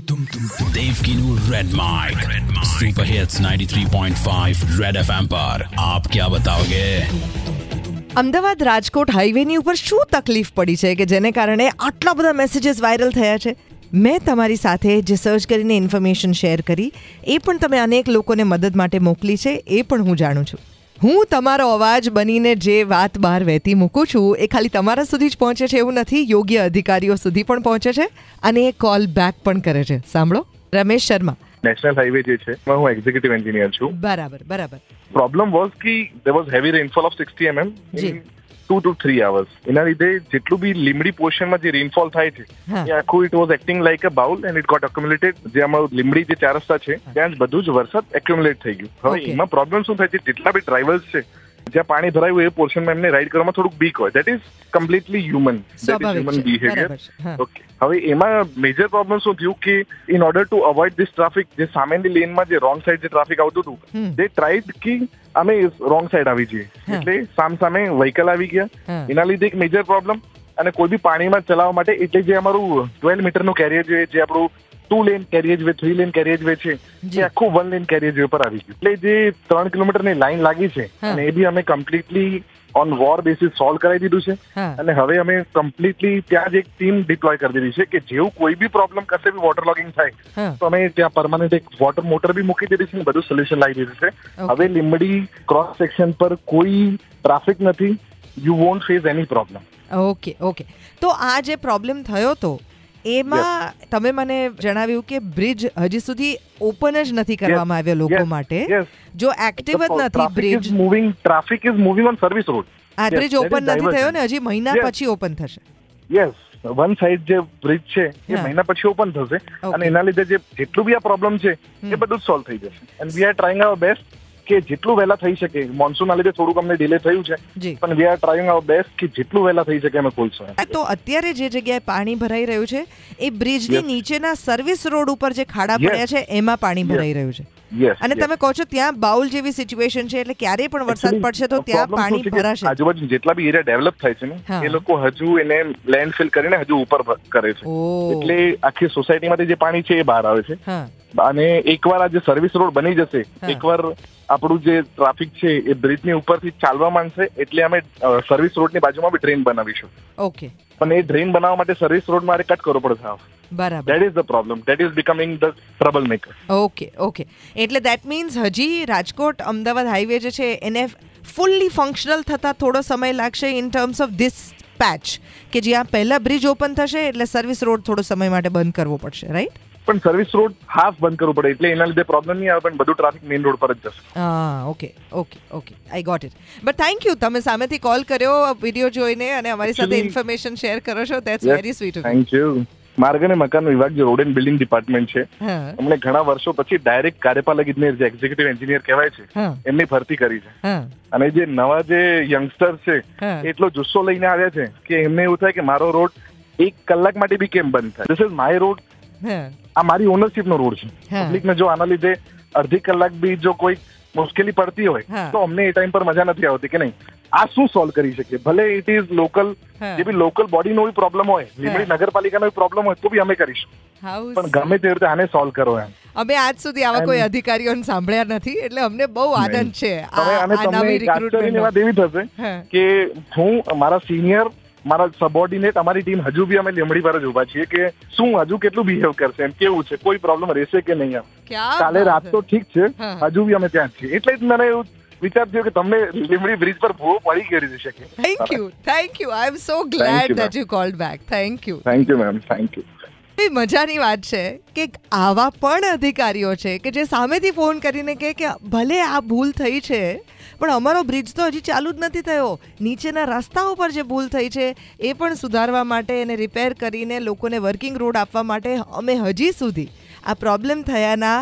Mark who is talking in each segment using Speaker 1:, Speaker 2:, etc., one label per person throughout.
Speaker 1: देवकीनू red mic super hits 93.5 red FM पर आप क्या बताओगे
Speaker 2: અમદાવાદ રાજકોટ હાઈવેની ઉપર શું તકલીફ પડી છે કે જેને કારણે આટલા બધા મેસેજીસ વાયરલ થયા છે મેં તમારી સાથે જે સર્ચ કરીને ઇન્ફોર્મેશન શેર કરી એ પણ તમે અનેક લોકોને મદદ માટે મોકલી છે એ પણ હું જાણું છું હું તમારો અવાજ બનીને જે વાત બહાર વહેતી મૂકું છું એ ખાલી તમારા સુધી જ પહોંચે છે એવું નથી યોગ્ય અધિકારીઓ સુધી પણ પહોંચે છે અને એ કોલ બેક પણ કરે છે સાંભળો રમેશ શર્મા
Speaker 3: નેશનલ હાઈવે જે છે એમાં હું એક્ઝિક્યુટિવ એન્જિનિયર છું
Speaker 2: બરાબર બરાબર
Speaker 3: પ્રોબ્લેમ વોઝ કે there was heavy rainfall of sixty mm
Speaker 2: જી.
Speaker 3: ટુ ટુ થ્રી આવર્સ એના લીધે જેટલું બી લીમડી પોર્શનમાં જે રેનફોલ થાય છે
Speaker 2: હા.
Speaker 3: એ આખું it was acting like a bowl and it got accumulated જે અમારું લીમડી જે ચાર રસ્તા છે ત્યાં જ બધું જ વરસાદ એક્યુમ્યુલેટ થઈ ગયું હવે
Speaker 2: Okay.
Speaker 3: એમાં પ્રોબ્લેમ શું થાય છે જેટલા બી ડ્રાઈવર્સ છે જ્યાં પાણી ભરાયું એ પોર્શનમાં એમને રાઈડ કરવામાં થોડુંક બીક હોય that is completely human that is
Speaker 2: સ્વાભાવિક
Speaker 3: હ્યુમન
Speaker 2: છે.
Speaker 3: બિહેવિયર
Speaker 2: બરાબર છે. હા.
Speaker 3: ઓકે હવે એમાં મેજર પ્રોબ્લેમ શું થયું કે in order to avoid this traffic જે સામેની લેનમાં જે રોંગ સાઈડ જે ટ્રાફિક આવતું હતું
Speaker 2: હમ.
Speaker 3: દે ટ્રાઈડ કે અમે રોંગ સાઈડ આવી જઈએ
Speaker 2: હા.
Speaker 3: એટલે સામસામે વ્હીકલ આવી ગયા
Speaker 2: હા.
Speaker 3: એના લીધે એક મેજર પ્રોબ્લેમ અને કોઈ બી પાણીમાં ચલાવવા માટે એટલે જે અમારું ટ્વેલ્વ મીટરનું કેરિયર જે જે આપણું two lane carriageway three lane carriageway છે
Speaker 2: જી.
Speaker 3: એ આખું વન લેન કેરિયજ વે પર આવી ગયું એટલે જે ત્રણ કિલોમીટરની લાઈન લાગી છે
Speaker 2: હા.
Speaker 3: અને એ બી અમે completely on war basis solve કરાવી દીધું છે
Speaker 2: હા.
Speaker 3: અને હવે અમે કમ્પ્લીટલી ત્યાં જ એક ટીમ ડિપ્લોય કરી દીધી છે કે જેવું કોઈ બી પ્રોબ્લેમ કશે બી વોટર લોગિંગ થાય
Speaker 2: હા.
Speaker 3: તો અમે ત્યાં પરમાનન્ટ એક વોટર મોટર બી મૂકી દીધી છે અને બધું સોલ્યુશન લાવી દીધું છે
Speaker 2: Okay.
Speaker 3: હવે લીંબડી ક્રોસ સેક્શન પર કોઈ ટ્રાફિક નથી you won't face any problem
Speaker 2: okay okay તો આ જે પ્રોબ્લેમ થયો હતો એમાં તમે મને જણાવ્યું કે બ્રિજ હજી સુધી ઓપન જ નથી કરવામાં આવ્યો લોકો
Speaker 3: yes,
Speaker 2: માટે
Speaker 3: yes.
Speaker 2: જો એક્ટિવ જ નથી bridge
Speaker 3: moving traffic is moving on service road
Speaker 2: આ બ્રિજ ઓપન નથી થયો ને હજી મહિના
Speaker 3: Yes.
Speaker 2: પછી ઓપન થશે
Speaker 3: યસ વન સાઈડ જે બ્રિજ છે એ
Speaker 2: હા.
Speaker 3: મહિના પછી ઓપન થશે
Speaker 2: Okay.
Speaker 3: અને એના લીધે જે જેટલું બી આ પ્રોબ્લેમ છે એ બધું જ સોલ્વ થઈ જશે and we are trying our best કે જેટલું વહેલા થઈ શકે મોન્સૂનના લીધે થોડુંક અમને ડિલે થયું છે
Speaker 2: જી.
Speaker 3: પણ we are trying our best કે જેટલું વહેલા થઈ શકે અમે ખોલશું એમ.
Speaker 2: આ તો અત્યારે જે જગ્યાએ પાણી ભરાઈ રહ્યું છે એ બ્રિજની
Speaker 3: Yes.
Speaker 2: નીચેના સર્વિસ રોડ ઉપર જે ખાડા
Speaker 3: Yes.
Speaker 2: પડ્યા છે એમાં પાણી
Speaker 3: Yes.
Speaker 2: ભરાઈ રહ્યું છે
Speaker 3: Yes,
Speaker 2: અને
Speaker 3: yes.
Speaker 2: તમે કહો છો ત્યાં બાઉલ જેવી સિચ્યુએશન છે એટલે ક્યારે પણ વરસાદ
Speaker 3: Actually,
Speaker 2: પડશે તો ત્યાં
Speaker 3: problem શું
Speaker 2: પાણી
Speaker 3: છે કે
Speaker 2: ભરાશે
Speaker 3: આજુબાજુ જેટલા બી એરિયા ડેવલપ થાય છે
Speaker 2: હા.
Speaker 3: ને એ લોકો હજુ એને લેન્ડ ફિલ કરીને હજુ ઉપર ભ- કરે છે
Speaker 2: ઓ.
Speaker 3: એટલે આખી સોસાયટીમાંથી જે પાણી છે એ બહાર આવે છે
Speaker 2: હા
Speaker 3: અને એકવાર આ જે સર્વિસ રોડ બની જશે
Speaker 2: હા.
Speaker 3: એકવાર આપણું જે ટ્રાફિક છે એ બ્રિજની ઉપરથી ચાલવા માંડશે એટલે અમે અ, સર્વિસ રોડની બાજુમાં બી ડ્રેન બનાવીશું
Speaker 2: ઓકે
Speaker 3: પણ એ ડ્રેન બનાવવા માટે સર્વિસ રોડ મારે કટ કરવો પડશે
Speaker 2: બરાબર
Speaker 3: that is the problem that is becoming the trouble maker
Speaker 2: okay okay એટલે દેટ મીન્સ હજી રાજકોટ અમદાવાદ હાઈવે જે છે એને ફૂલ્લી ફંક્શનલ થતાં થોડો સમય લાગશે in terms of this patch કે જ્યાં પહેલા બ્રિજ ઓપન થશે એટલે સર્વિસ રોડ થોડો સમય માટે બંધ કરવો પડશે રાઈટ
Speaker 3: પણ સર્વિસ રોડ હાફ બંધ કરવું પડે એટલે એના લીધે પ્રોબ્લેમ નહીં આવે પણ બધું ટ્રાફિક મેઇન રોડ પર જ જશે
Speaker 2: હા okay okay okay I got it but thank you તમે સામેથી કોલ કર્યો વિડીયો જોઈને અને અમારી સાથે
Speaker 3: Actually-
Speaker 2: ઇન્ફોર્મેશન શેર કરો છો that's very sweet of
Speaker 3: thank you માર્ગ અને મકાન વિભાગ જે રોડ એન્ડ બિલ્ડિંગ ડિપાર્ટમેન્ટ છે
Speaker 2: હા
Speaker 3: એમણે ઘણા વર્ષો પછી ડાયરેક્ટ કાર્યપાલક ઇજનેર જે એક્ઝિક્યુટિવ એન્જિનિયર કહેવાય છે
Speaker 2: હા.
Speaker 3: એમની ભરતી કરી છે
Speaker 2: હા
Speaker 3: અને જે નવા જે યંગસ્ટર છે
Speaker 2: હા.
Speaker 3: એટલો જુસ્સો લઈને આવ્યા છે કે એમને એવું થાય કે મારો રોડ એક કલાક માટે બી કેમ બંધ થાય ધીસ ઇઝ માય રોડ
Speaker 2: હા
Speaker 3: આ મારી ઓનરશિપ નો રોડ છે
Speaker 2: હા.
Speaker 3: પબ્લિકને જો આના લીધે અડધી કલાક બી જો કોઈ મુશ્કેલી પડતી હોય
Speaker 2: હા.
Speaker 3: તો અમને એ ટાઈમ પર મજા નથી આવતી કે નહીં આ શું સોલ્વ કરી શકીએ ભલે ઇટ ઇઝ લોકલ
Speaker 2: હા.
Speaker 3: જે બી લોકલ બોડીનો બી પ્રોબ્લેમ હોય લીંબડી નગરપાલિકાનો પ્રોબ્લેમ હોય તો બી અમે કરીશું
Speaker 2: હાઉસ
Speaker 3: પણ ગમે તે રીતે આને સોલ્વ કરો એમ
Speaker 2: અમે આજ સુધી આવા કોઈ અધિકારીઓને સાંભળ્યા નથી એટલે અમને બહુ આનંદ છે આ
Speaker 3: હવે અને
Speaker 2: આ
Speaker 3: તમને
Speaker 2: નવી
Speaker 3: એક આશ્ચર્યની
Speaker 2: રિક્રુટમેન્ટ
Speaker 3: વાત એવી થશે
Speaker 2: હા.
Speaker 3: કે હું મારા સિનિયર મારા સબોર્ડિનેટ અમારી ટીમ હજુ બી અમે લીમડી પર જ ઉભા છીએ કે શું હજુ કેટલું બિહેવ કરશે એમ કેવું છે કોઈ પ્રોબ્લેમ રહેશે કે નહીં એમ
Speaker 2: ક્યાં
Speaker 3: કાલે
Speaker 2: વાત
Speaker 3: રાત તો ઠીક છે
Speaker 2: હા.
Speaker 3: હજુ બી અમે ત્યાં જ છીએ એટલે જ મને એવું વિચાર થયો કે તમને લીમડી બ્રિજ પર ભૂવો પડી કરી જશે
Speaker 2: thank you thank you I am so glad
Speaker 3: you,
Speaker 2: that you called back thank you
Speaker 3: thank you ma'am thank you
Speaker 2: એ મજાની વાત છે કે આવા પણ અધિકારીઓ છે કે જે સામેથી ફોન કરીને કહે કે ભલે આ ભૂલ થઈ છે પણ અમારો બ્રિજ તો હજી ચાલુ જ નથી થયો નીચેના રસ્તાઓ પર જે ભૂલ થઈ છે એ પણ સુધારવા માટે એને રિપેર કરીને લોકોને વર્કિંગ રોડ આપવા માટે અમે હજી સુધી આ પ્રોબ્લેમ થયાના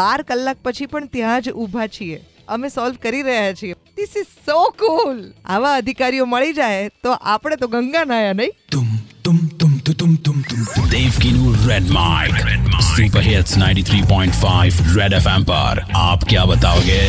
Speaker 2: બાર કલાક પછી પણ ત્યાં જ ઊભા છીએ અમે સોલ્વ કરી રહ્યા છીએ ધીસ ઇઝ સો કુલ આવા અધિકારીઓ મળી જાય તો આપણે તો ગંગા નાયા નહીં
Speaker 1: देवकीनू red mic super hits 93.5 red FM पर आप क्या बताओगे